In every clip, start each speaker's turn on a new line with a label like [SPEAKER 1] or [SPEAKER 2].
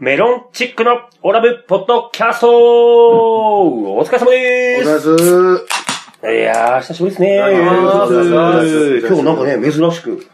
[SPEAKER 1] メロンチックのオラブポッドキャストお疲れ様でー
[SPEAKER 2] お願いします。
[SPEAKER 1] すいやー、久しぶりですね
[SPEAKER 3] お願いします
[SPEAKER 1] 今日なんかね、珍しく、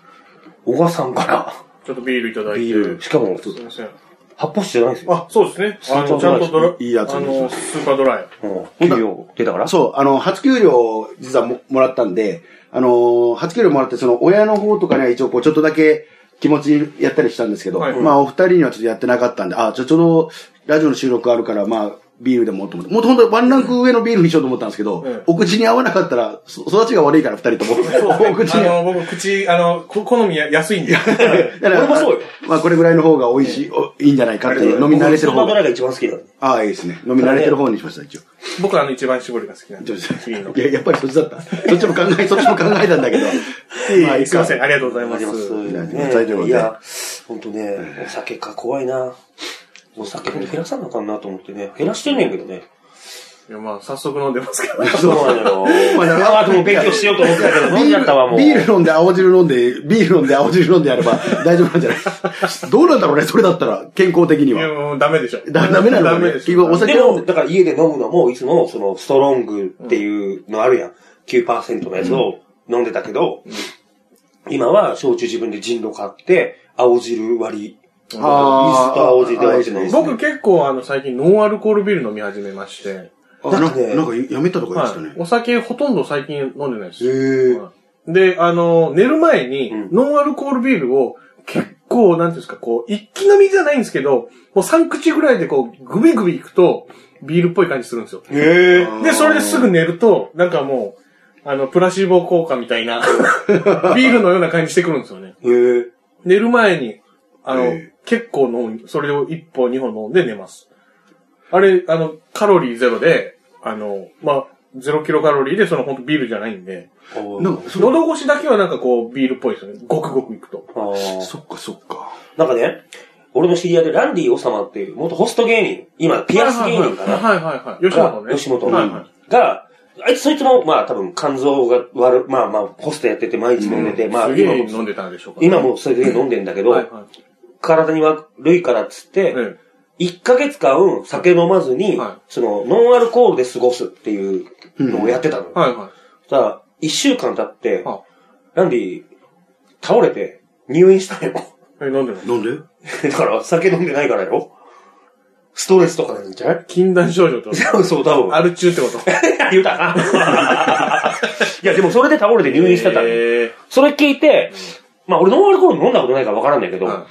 [SPEAKER 1] 小川さんから、
[SPEAKER 3] ちょっとビールいただいて。
[SPEAKER 2] ビール
[SPEAKER 1] しかも、
[SPEAKER 3] すいません。
[SPEAKER 1] 発泡酒じゃないんですよ。
[SPEAKER 3] あ、そうですね。あの、
[SPEAKER 1] ち
[SPEAKER 3] ち
[SPEAKER 1] ゃ
[SPEAKER 3] ゃ
[SPEAKER 1] ん
[SPEAKER 3] ん
[SPEAKER 1] とド
[SPEAKER 3] とド
[SPEAKER 1] ラ
[SPEAKER 3] ラ
[SPEAKER 2] いいやつ
[SPEAKER 3] あの、スーパードライ。
[SPEAKER 1] うん。給料出たから
[SPEAKER 2] そう、あの、初給料、実はももらったんで、あのー、初給料もらって、その、親の方とかには一応、こう、ちょっとだけ気持ちやったりしたんですけど、
[SPEAKER 3] はい
[SPEAKER 2] まあ、お二人にはちょっとやってなかったんで、あ、ちょ、ちょうど、ラジオの収録あるから、まあ、ビールでもと思って、もっと本当ワンランク上のビールにしようと思ったんですけど、
[SPEAKER 3] ええ
[SPEAKER 2] お口に合わなかったら、そ育ちが悪いから、二人とも。お口
[SPEAKER 3] あ
[SPEAKER 2] に合わ
[SPEAKER 3] の、僕、口、あの、こ好みや安いんで。
[SPEAKER 2] だから
[SPEAKER 1] 俺もそうよ
[SPEAKER 2] まあ、これぐらいの方が美味しい、おいいんじゃないかっていう、飲み慣れてる方
[SPEAKER 1] 僕スーパードラ
[SPEAKER 2] が。
[SPEAKER 1] イが一番好きなんで。
[SPEAKER 2] ああ、いいですね。飲み慣れてる方にしました、一応。
[SPEAKER 3] 僕、あの、一番絞りが好きなん
[SPEAKER 2] ち
[SPEAKER 3] で
[SPEAKER 2] ょっ。と
[SPEAKER 3] 次の
[SPEAKER 2] いや、やっぱりそっちだった。そっちも考え、そっちも考えたんだけど。まあ、いい
[SPEAKER 3] すいま
[SPEAKER 2] か。
[SPEAKER 3] せん。ありがとうございます。
[SPEAKER 2] やいや大丈夫
[SPEAKER 1] いや、ほんとね、お酒か怖いな。お酒ほんと減らさなあかんなと思ってね。減らしてんねんけどね。
[SPEAKER 3] いや、まあ、早速飲んでますけど。
[SPEAKER 1] そうなのよ。
[SPEAKER 2] まあだから
[SPEAKER 1] あともう勉強しようと思ってたけど、飲んじゃったわ、もう。
[SPEAKER 2] ビール飲んで、青汁飲んで、ビール飲んで、青汁飲んでやれば大丈夫なんじゃないどうなんだろうね、それだったら、健康的に
[SPEAKER 3] いや、
[SPEAKER 2] は。
[SPEAKER 3] もうダメでしょ。
[SPEAKER 2] だダメなの
[SPEAKER 3] ダメで
[SPEAKER 2] ね。
[SPEAKER 3] し
[SPEAKER 2] 結
[SPEAKER 3] ょ。
[SPEAKER 2] 局お
[SPEAKER 1] で
[SPEAKER 2] 酒
[SPEAKER 1] も、
[SPEAKER 2] を、
[SPEAKER 1] だから家で飲むのも、いつも、その、ストロングっていうのあるやん。9%のやつを飲んでたけど、今は、焼酎自分で人狼買って、青汁割り。イースト
[SPEAKER 2] あー
[SPEAKER 1] 青汁で割って飲む。
[SPEAKER 3] 僕、結構、あの、最近、ノンアルコールビール飲み始めまして。
[SPEAKER 2] あ
[SPEAKER 1] だ
[SPEAKER 2] な
[SPEAKER 1] ってね
[SPEAKER 2] なんかやめたとか言ってたね
[SPEAKER 3] はい。。お酒、ほとんど最近飲んでないです。
[SPEAKER 1] へー
[SPEAKER 3] はいで、あの、寝る前に、
[SPEAKER 1] うん
[SPEAKER 3] ノンアルコールビールを、結構、なんていうんですか、こう、一気飲みじゃないんですけど、もう3口ぐらいでこう、グビグビいくと、ビールっぽい感じするんですよ。
[SPEAKER 1] へえ。
[SPEAKER 3] で、それですぐ寝ると、なんかもう、あの、プラシーボ効果みたいな、 ビールのような感じしてくるんですよね。
[SPEAKER 1] へえ。
[SPEAKER 3] 寝る前に、あの
[SPEAKER 2] え、
[SPEAKER 3] 結構飲む、それを1本2本飲んで寝ます。あれ、あの、カロリーゼロで、あの、まあ、ゼロキロカロリーで、その本当ビールじゃないんで、
[SPEAKER 2] なんか、そ
[SPEAKER 3] 喉越しだけはなんかこう、ビールっぽいですよね。ごくごくいくと。
[SPEAKER 1] あー
[SPEAKER 2] そっかそっか。
[SPEAKER 1] なんかね、俺の知り合いでランディ王様っていう、元ホスト芸人、今、ピアス芸人かな。
[SPEAKER 3] はいはいはい。吉本ね。
[SPEAKER 1] 吉本
[SPEAKER 3] はいはい。
[SPEAKER 1] が、あいつ、そいつも、まあ多分肝臓が悪い、まあまあ、ホストやってて毎日飲んでて、まあ
[SPEAKER 3] すげ
[SPEAKER 1] 今
[SPEAKER 3] え
[SPEAKER 1] も、
[SPEAKER 3] 飲んでたんでしょうか、
[SPEAKER 1] 今もそれで飲んでんだけど、
[SPEAKER 3] はいはい。
[SPEAKER 1] 体に悪いからっつって、
[SPEAKER 3] え
[SPEAKER 1] 1ヶ月間酒飲まずに、
[SPEAKER 3] は
[SPEAKER 1] その、ノンアルコールで過ごすっていうのをやってたの。
[SPEAKER 3] えはいは
[SPEAKER 1] ただ、1週間経って、
[SPEAKER 3] あ
[SPEAKER 1] ランディ、倒れて、入院したのよ。
[SPEAKER 3] い。え、飲んでます。
[SPEAKER 2] なんで
[SPEAKER 1] だから、酒飲んでないからよ。ストレスとかなんじゃない
[SPEAKER 3] 禁断 症状ってこと
[SPEAKER 1] 多分そう、多分。
[SPEAKER 3] アル中ってこと。
[SPEAKER 1] 言うたな。いや、でもそれで倒れて入院してたの。
[SPEAKER 3] え
[SPEAKER 1] それ聞いて、まあ俺ノンアルコール飲んだことないから分からんだけど、
[SPEAKER 3] は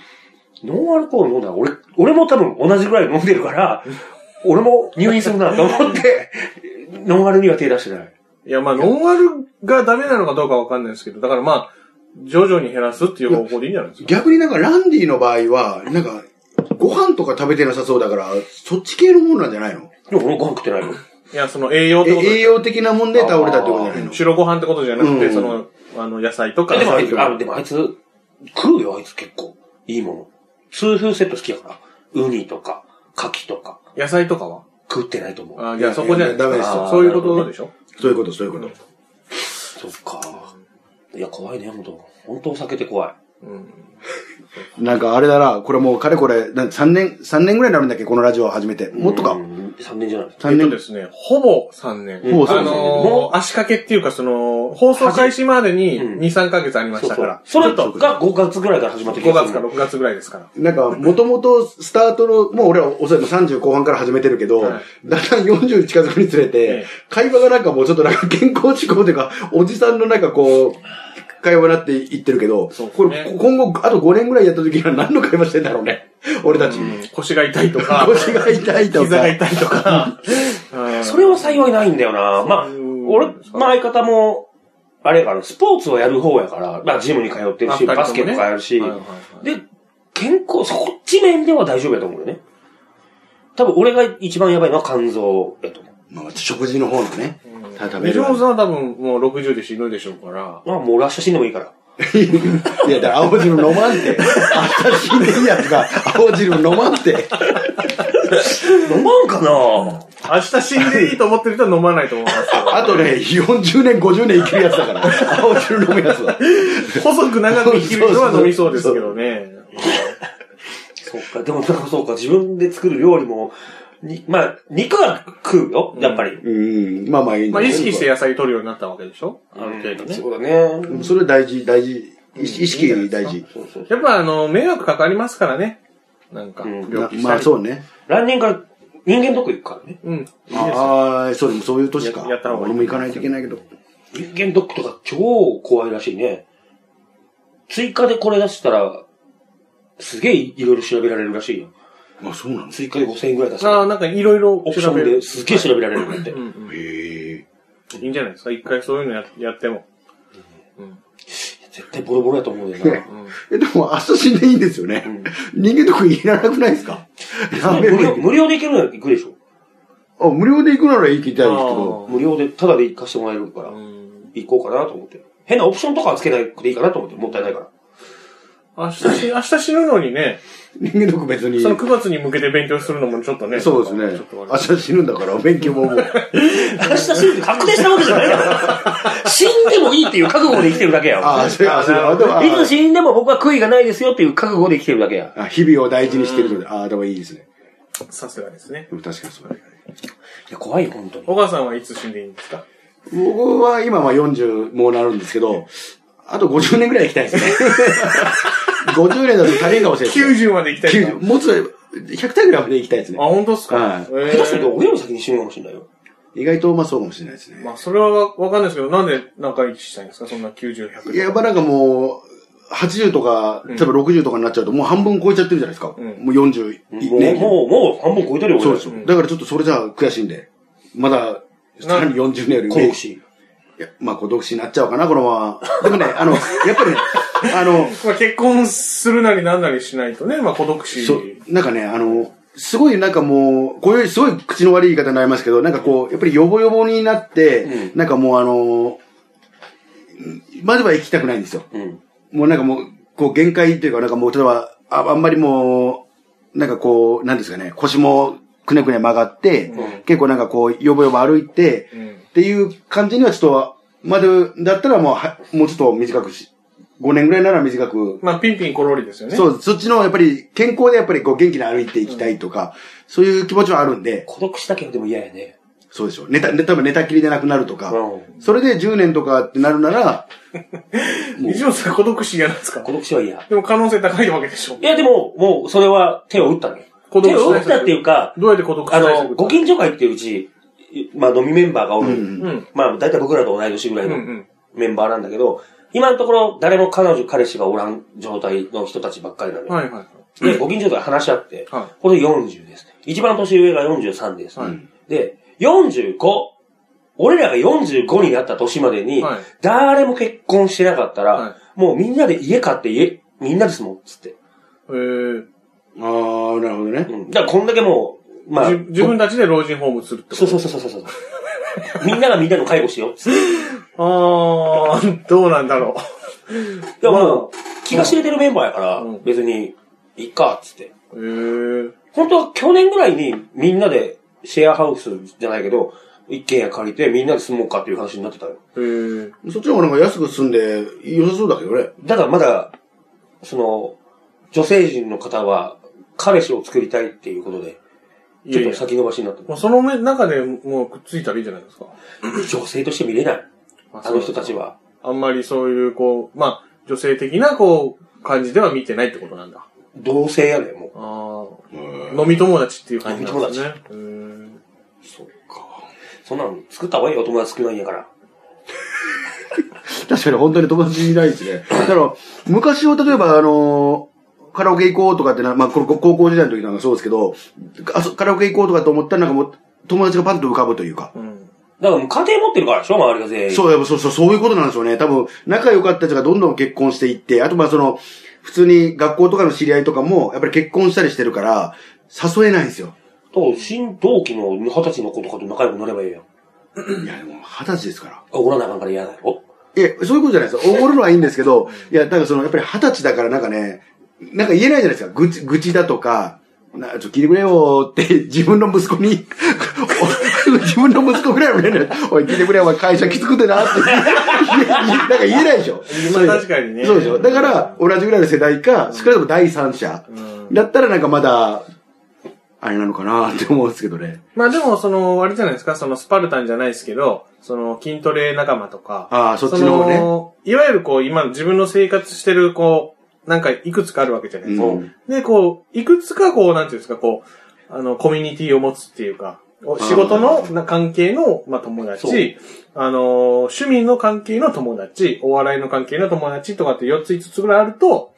[SPEAKER 1] ノンアルコール飲んだら俺、俺も多分同じぐらい飲んでるから、俺も入院するなと思って、ノンアルには手出してない。
[SPEAKER 3] いや、まあ、ノンアルがダメなのかどうかわかんないですけど、だからまあ、徐々に減らすっていう方法でいいんじゃないですか。
[SPEAKER 2] 逆になんか、ランディの場合は、なんか、ご飯とか食べてなさそうだから、そっち系のものなんじゃないの
[SPEAKER 1] でも俺ご飯食ってないよ。
[SPEAKER 3] いや、その栄養って
[SPEAKER 2] え
[SPEAKER 3] ことで
[SPEAKER 2] 栄養的なもんで倒れたってことじゃないの
[SPEAKER 3] 白ご飯ってことじゃなく
[SPEAKER 2] う
[SPEAKER 3] て、
[SPEAKER 2] ん
[SPEAKER 3] その、あの、野菜とか。
[SPEAKER 1] えでもあいつ、
[SPEAKER 3] そういう
[SPEAKER 1] あでもあいつ、食うよ、あいつ結構。いいもの。痛風セット好きやから。ウニとか、牡蠣とか、
[SPEAKER 3] 野菜とかは
[SPEAKER 1] 食ってないと思う。
[SPEAKER 3] あ、いや、そこじゃない
[SPEAKER 2] いやいやダメです
[SPEAKER 1] よ
[SPEAKER 3] そういうことでしょ
[SPEAKER 2] そういうこと、そういうこと。
[SPEAKER 1] そっか。いや、怖いね、ほんと。ほんとお酒って怖い。
[SPEAKER 2] なんかあれだな、これもうかれこれ、なん3年、三年ぐらいになるんだっけ、このラジオを始めて。もっとか。
[SPEAKER 1] 3年じゃないですか。
[SPEAKER 3] え
[SPEAKER 2] 三年
[SPEAKER 3] っとで
[SPEAKER 2] です。
[SPEAKER 3] すね、ほぼ3年。
[SPEAKER 2] ほぼ三
[SPEAKER 3] あ
[SPEAKER 2] 年
[SPEAKER 3] のー、足掛けっていうか、その、放送開始までに
[SPEAKER 1] うん
[SPEAKER 3] 2、3ヶ月ありま
[SPEAKER 1] そ
[SPEAKER 3] し
[SPEAKER 1] う
[SPEAKER 3] た
[SPEAKER 1] そ
[SPEAKER 3] から
[SPEAKER 1] う。。それとが5月ぐらいから始まって
[SPEAKER 3] 5月か
[SPEAKER 1] の
[SPEAKER 3] 6月ぐらいですから。
[SPEAKER 2] なんか、もともとスタートの、もう俺はおそらく30後半から始めてるけど、
[SPEAKER 3] はい
[SPEAKER 2] だんだん40に近づくにつれて、
[SPEAKER 3] ええ
[SPEAKER 2] 会話がなんかもうちょっとなんか健康志向というか、おじさんのなんかこう、会話になっていってるけど、
[SPEAKER 3] そうです
[SPEAKER 2] こ
[SPEAKER 3] ね
[SPEAKER 2] れ今後、あと5年ぐらいやった時には何の会話してんだろうね。俺たち。
[SPEAKER 3] うん腰が痛いとか、
[SPEAKER 2] 腰が痛いとか。
[SPEAKER 3] 膝が痛いとか。うん
[SPEAKER 1] それは幸いないんだよな。まあ、
[SPEAKER 3] うん
[SPEAKER 1] 俺、まあ相方も、あれやから、スポーツをやる方やから、まあジムに通ってる
[SPEAKER 3] あ
[SPEAKER 1] し、
[SPEAKER 3] 二人ともね
[SPEAKER 1] バスケとかやるし
[SPEAKER 3] はいはいは、い
[SPEAKER 1] で、健康、そこっち面では大丈夫やと思うよね。多分俺が一番やばいのは肝臓やと思う。
[SPEAKER 2] まあ、食事の方のね、食べ
[SPEAKER 3] ビジ
[SPEAKER 2] る。
[SPEAKER 3] ョンさんは多分もう60で死ぬでしょうから。
[SPEAKER 1] まあもう俺は死んでもいい から。
[SPEAKER 2] いや、だから青汁飲まんて。明日死んでいいやつが青汁飲まんて。
[SPEAKER 1] 飲まんかな
[SPEAKER 3] 明日死んでいいと思ってる人は飲まないと思いますけ
[SPEAKER 2] あとね、40年、50年生きるやつだから。青汁 飲むやつは。
[SPEAKER 3] ど。細く長く生きる人は飲みそうですけどね。
[SPEAKER 1] そっか、でもなんかそうか、自分で作る料理も、にまあ、肉は食うよ、やっぱり。
[SPEAKER 2] うん。まあまあいいん
[SPEAKER 3] ま
[SPEAKER 2] だ
[SPEAKER 3] あ
[SPEAKER 2] けど
[SPEAKER 3] 意識して野菜取るようになったわけでしょあ
[SPEAKER 1] あ
[SPEAKER 3] る程度ね。
[SPEAKER 1] そうだね。
[SPEAKER 2] それ大事、大事。意識意識大事。
[SPEAKER 1] そうそう
[SPEAKER 3] やっぱあの、迷惑かかりますからね。なんか、
[SPEAKER 1] うん
[SPEAKER 3] 病気したり。
[SPEAKER 2] まあそうね。
[SPEAKER 1] ランニングから人間ドック行くからね。
[SPEAKER 3] うん。いいですよ。
[SPEAKER 2] ああ、そうでもそういう年か。
[SPEAKER 3] ややった方がいい
[SPEAKER 2] 俺も行かないといけないけど。
[SPEAKER 1] 人間ドックとか超怖いらしいね。追加でこれ出したら、すげえいろいろ調べられるらしいよ。
[SPEAKER 2] あ、そうなの
[SPEAKER 1] 追加で5000円ぐらい出した
[SPEAKER 3] ああ、
[SPEAKER 1] ら、
[SPEAKER 3] なんかいろいろ
[SPEAKER 1] オプシ
[SPEAKER 3] 調
[SPEAKER 1] ョ
[SPEAKER 3] べ
[SPEAKER 1] ン
[SPEAKER 3] る。
[SPEAKER 1] ですげえ調べられるんだって。
[SPEAKER 3] うんうん。
[SPEAKER 2] へえ。
[SPEAKER 3] いいんじゃないですか一回そういうのややっても。
[SPEAKER 1] 絶対ボロボロやと思うよ な。
[SPEAKER 2] え、でも、明日死んでいいんですよね。人間とかいらなくないですかやめ
[SPEAKER 1] 無料
[SPEAKER 2] ろよ
[SPEAKER 1] 無料で行けるなら行くでしょ。
[SPEAKER 2] あ、無料で行くならいいって言ったらいいですけど。
[SPEAKER 1] 無料で、ただで行かせてもらえるから、
[SPEAKER 3] うん
[SPEAKER 1] 行こうかなと思って。変なオプションとかはつけなくていいかなと思って、もったいないから。
[SPEAKER 3] 明日し、明日死ぬのにね、
[SPEAKER 2] 人間とか別に。
[SPEAKER 3] その9月に向けて勉強するのもちょっとね。
[SPEAKER 2] そうですね
[SPEAKER 3] ちょっと。
[SPEAKER 2] 明
[SPEAKER 3] 悪い
[SPEAKER 2] 日死ぬんだから、お勉強ももう。
[SPEAKER 1] 明日死ぬって確定したわけじゃない から。死んでもいいっていう覚悟で生きてるだけや。
[SPEAKER 2] ああ、そうや、そうや。あでもあ
[SPEAKER 1] いつ死んでも僕は悔いがないですよっていう覚悟で生きてるだけや。
[SPEAKER 2] あ日々を大事にしてるので、ああ、でもいいですね。
[SPEAKER 3] さすがですね。
[SPEAKER 2] でも確かにそうだね。
[SPEAKER 1] いや、怖いよ、本当に。
[SPEAKER 3] 小川さんはいつ死んでいいんですか
[SPEAKER 2] 僕は今は40もうなるんですけど、あと50年ぐらい行きたいですね。50年だと足りんかもしれないです。
[SPEAKER 3] ?90 まで行きたいですか
[SPEAKER 2] 90もうちょい100体ぐらいまで行きたいです
[SPEAKER 3] あ、
[SPEAKER 2] ね。
[SPEAKER 3] 本当です
[SPEAKER 2] は
[SPEAKER 3] か
[SPEAKER 2] い
[SPEAKER 3] えー
[SPEAKER 1] 下手すると親も先に死ぬかもしれないよ。
[SPEAKER 2] 意外とまあそうかもしれないですね。
[SPEAKER 3] まあ、それはわわかんないですけど、なんで仲良きしたいんですかそんな90、100
[SPEAKER 2] いや、やっぱなんかもう、80とか、例えば60とかになっちゃうと、もう半分超えちゃってるじゃないですか。
[SPEAKER 3] ん
[SPEAKER 2] もう40、
[SPEAKER 1] もう、
[SPEAKER 2] ね。
[SPEAKER 1] もう、もう半分超えてるよ、
[SPEAKER 2] そう
[SPEAKER 1] 俺。
[SPEAKER 2] ですよ。だからちょっとそれじゃ悔しいんで。まだ、
[SPEAKER 3] な
[SPEAKER 2] さらに40年より
[SPEAKER 1] 孤
[SPEAKER 2] 上
[SPEAKER 1] 独。死。
[SPEAKER 2] いやまあ孤独死になっちゃうかな、このまま。でもね、あの、や っぱりね、あの、
[SPEAKER 3] まあ、結婚するなりなんなりしないとね、まあ、孤独死。
[SPEAKER 2] そう、なんかね、あの、すごいなんかもう、こういうすごい口の悪い言い方になりますけど、なんかこう、やっぱりヨボヨボになって、
[SPEAKER 1] う
[SPEAKER 2] なんかもうあの、までは行きたくないんですよ。
[SPEAKER 1] うん。
[SPEAKER 2] もうなんかもう、こう限界というか、なんかもう、例えば、ああんまりもう、なんかこう、なんですかね、腰もくねくね曲がって、結構なんかこう、ヨボヨボ歩いて、
[SPEAKER 3] うん
[SPEAKER 2] っていう感じにはちょっと、までだったらもうは、もうちょっと短くし、5年ぐらいなら短く
[SPEAKER 3] まあ、ピンピンコロリですよね。
[SPEAKER 2] そう、そっちの、やっぱり、健康でやっぱりこう元気に歩いていきたいとか、そういう気持ちはあるんで、
[SPEAKER 1] 孤独死だけはでも嫌やね。
[SPEAKER 2] そうでしょう。寝た、寝た、寝たきりでなくなるとか、
[SPEAKER 1] う
[SPEAKER 2] それで10年とかってなるなら、
[SPEAKER 3] 西本さん孤独死嫌なんですか
[SPEAKER 1] 孤独死は嫌。
[SPEAKER 3] でも可能性高いわけでしょ
[SPEAKER 1] いや、でも、もう、それは手を打ったのよ。
[SPEAKER 3] 孤独
[SPEAKER 1] 手
[SPEAKER 3] 死
[SPEAKER 1] を打ったっていうか、
[SPEAKER 3] どうやって孤独死
[SPEAKER 1] あ
[SPEAKER 3] 対策
[SPEAKER 1] の、ご近所会っていううち、まあ飲みメンバーがおる。
[SPEAKER 3] うん。
[SPEAKER 1] まあ大体僕らと同い年ぐらい
[SPEAKER 3] うんう
[SPEAKER 1] の
[SPEAKER 3] ん
[SPEAKER 1] メンバーなんだけど、今のところ誰も彼女、彼氏がおらん状態の人たちばっかりなのよ。
[SPEAKER 3] はいはい。
[SPEAKER 1] で、ご近所と話し合って、
[SPEAKER 3] は
[SPEAKER 1] これ40です。一番年上が43です。
[SPEAKER 3] はい
[SPEAKER 1] で、45、俺らが45になった年までに、
[SPEAKER 3] はい
[SPEAKER 1] 誰も結婚してなかったら、
[SPEAKER 3] はい
[SPEAKER 1] もうみんなで家買って家、みんなで住もうっつって。
[SPEAKER 3] えー、
[SPEAKER 2] ああ、なるほどね。
[SPEAKER 1] うん。だからこんだけもう、まあ、
[SPEAKER 3] じ自分たちで老人ホームするってこと
[SPEAKER 1] そうそうそうそう そうそう。みんながみんなの介護しようっつって。
[SPEAKER 3] あー、 どうなんだろ
[SPEAKER 1] でももう、気が知れてるメンバーやから、
[SPEAKER 3] うん
[SPEAKER 1] 別に、いっか、っつって。
[SPEAKER 3] う。えー、
[SPEAKER 1] 本当は去年ぐらいにみんなでシェアハウスじゃないけど、一軒家借りてみんなで住もうかっていう話になってたよ。
[SPEAKER 3] えー、
[SPEAKER 2] そっちの方がなんか安く住んで良さそうだけどね。
[SPEAKER 1] だからまだ、その、女性陣の方は、彼氏を作りたいっていうことで、
[SPEAKER 3] い
[SPEAKER 1] ち
[SPEAKER 3] や
[SPEAKER 1] ょ
[SPEAKER 3] い
[SPEAKER 1] っ
[SPEAKER 3] や
[SPEAKER 1] と。先延ばしになった。
[SPEAKER 3] もうその目中でもうくっついたらいいじゃないですか。
[SPEAKER 1] 女性として見れない。あの人たちは。
[SPEAKER 3] あんまりそういう、こう、まあ、女性的な、こう、感じでは見てないってことなんだ。
[SPEAKER 1] 同性やねもう。
[SPEAKER 3] ああ、飲み友達っていう感じなんですね。
[SPEAKER 1] そっか。そんなの作った方がいいよ、友達少ないんやから。
[SPEAKER 2] 確かに本当に友達いないですね。だから、昔を例えば、あのーカラオケ行こうとかってな、まあ、これ高校時代の時なんかそうですけど、あそカラオケ行こうとかと思ったらなんかもう、友達がパンと浮かぶというか。
[SPEAKER 3] うん。
[SPEAKER 1] だからもう家庭持ってるからでしょ、周りが全員。
[SPEAKER 2] そう、やっぱそうそう、そういうことなんでしょうね。多分、仲良かった人がどんどん結婚していって、あとまあその、普通に学校とかの知り合いとかも、やっぱり結婚したりしてるから、誘えないんですよ。
[SPEAKER 1] と、新同期の二十歳の子とかと仲良くなればいいやん。
[SPEAKER 2] いや、でも、二十歳ですから。
[SPEAKER 1] 怒らなあかんから嫌だろ
[SPEAKER 2] いや、そういうことじゃないですよ。おごるのはいいんですけど、いや、なんかその、やっぱり二十歳だからなんかね、なんか言えないじゃないですか。愚痴、愚痴だとか、な、ちょ、聞いてくれよって、自分の息子に、お分 自分の息子ぐらいみたいな。おい、聞いてくれ、お前会社きつくてなって。 いやいやなんか言えないでしょ。
[SPEAKER 3] まあ確かにね
[SPEAKER 2] そうでしょ。だから、同じぐらいの世代か、少なくとも第三者。だったらなんかまだ、あれなのかなって思うんですけどね。
[SPEAKER 3] まあでも、その、あれじゃないですか、そのスパルタンじゃないですけど、その筋トレ仲間とか、
[SPEAKER 2] ああそっちの方ね
[SPEAKER 3] のいわゆるこう、今自分の生活してる、こう、なんかいくつかあるわけじゃないですか。
[SPEAKER 2] うん
[SPEAKER 3] で、こう、いくつかこう、なんていうんですか、こう、あの、コミュニティを持つっていうか、お仕事のな関係の、まあ、友達、あのー、趣味の関係の友達、お笑いの関係の友達とかって4つ5つぐらいあると、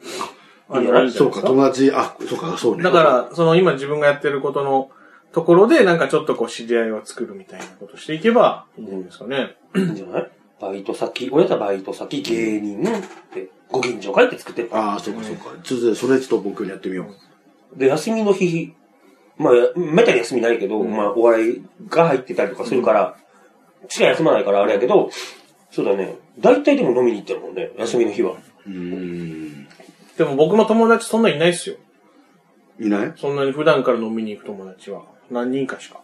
[SPEAKER 3] あ
[SPEAKER 1] い
[SPEAKER 3] の、
[SPEAKER 1] や
[SPEAKER 3] あるじゃ
[SPEAKER 2] そ
[SPEAKER 3] ないう
[SPEAKER 2] か、
[SPEAKER 3] ですか。
[SPEAKER 2] 友達、あ、そうか、そうね。
[SPEAKER 3] だから、その今自分がやってることのところで、なんかちょっとこう知り合いを作るみたいなことしていけばいいんじゃないですかね。
[SPEAKER 1] いいんじゃないバイト先、親がバイト先、芸人って、ご近所会って作ってる。
[SPEAKER 2] ああ、そうか、そうか。ちょっと、それちょっと僕にやってみよう。
[SPEAKER 1] で、休みの日、まあ、めったに休みないけど、まあ、お笑いが入ってたりとかするから、しか休まないからあれやけど、そうだね。大体でも飲みに行ってるもんね、休みの日は。
[SPEAKER 2] うーん。
[SPEAKER 3] でも僕も友達そんないないっすよ。
[SPEAKER 2] いない
[SPEAKER 3] そんなに普段から飲みに行く友達は。何人かしか。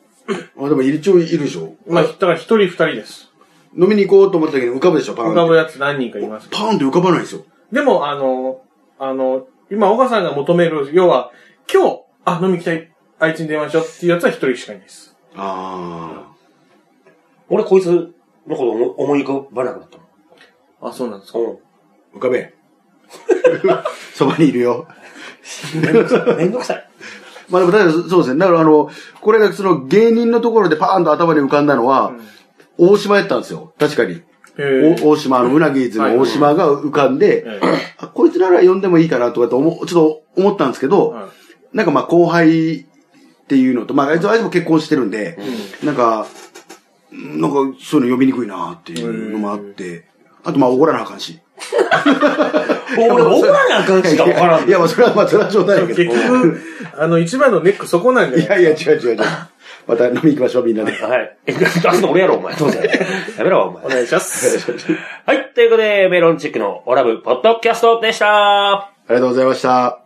[SPEAKER 2] あ、でも一応いるでしょ。
[SPEAKER 3] まあ、だから一人二人です。
[SPEAKER 2] 飲みに行こうと思った時に浮かぶでしょ、パーン
[SPEAKER 3] 浮
[SPEAKER 2] って。
[SPEAKER 3] かぶやつ何人かいますけど。
[SPEAKER 2] パーンって浮かばないですよ。
[SPEAKER 3] でも、あの、あの、今、岡さんが求める、要は、今日、あ、飲み行きたい。あいつに電話しようっていうやつは一人しかいないです。
[SPEAKER 2] あ
[SPEAKER 1] 俺、こいつのこと思思い浮かばなくなった
[SPEAKER 3] あ、そうなんですか。
[SPEAKER 1] もん。
[SPEAKER 2] あ。浮か べ。そばにいるよ。
[SPEAKER 1] うん。めんどくさい。めんどくさい。
[SPEAKER 2] まあでも、だからそうですね。だからあの、これがその芸人のところでパーンと頭に浮かんだのは、大島やったんですよ。確かに。
[SPEAKER 3] へ
[SPEAKER 2] お大島、あの、うなぎーズの大島が浮かんで、
[SPEAKER 3] え
[SPEAKER 2] あこいつなら呼んでもいいかなとかって思う、ちょっと思ったんですけど、
[SPEAKER 3] はい
[SPEAKER 2] なんかまあ後輩っていうのと、まああいつあいつも結婚してるんで、なんか、なんかそういうの呼びにくいなっていうのもあって、あとまあおごらなあかんし。
[SPEAKER 1] 俺、怒らなあかんしかわからん
[SPEAKER 2] い。やまあそれはまあそれは冗談や
[SPEAKER 3] 結
[SPEAKER 2] けど。
[SPEAKER 3] 局、あの、一番のネックそこなんじゃない
[SPEAKER 2] いやいや違う違う違う。また飲み行きましょうみんなで。
[SPEAKER 1] はい。え、出すの俺やろ、お前。どうせ。やめろ、お前
[SPEAKER 3] お。願いします。
[SPEAKER 1] はい。ということで、メロンチックのオラブポッドキャストでした。
[SPEAKER 2] ありがとうございました。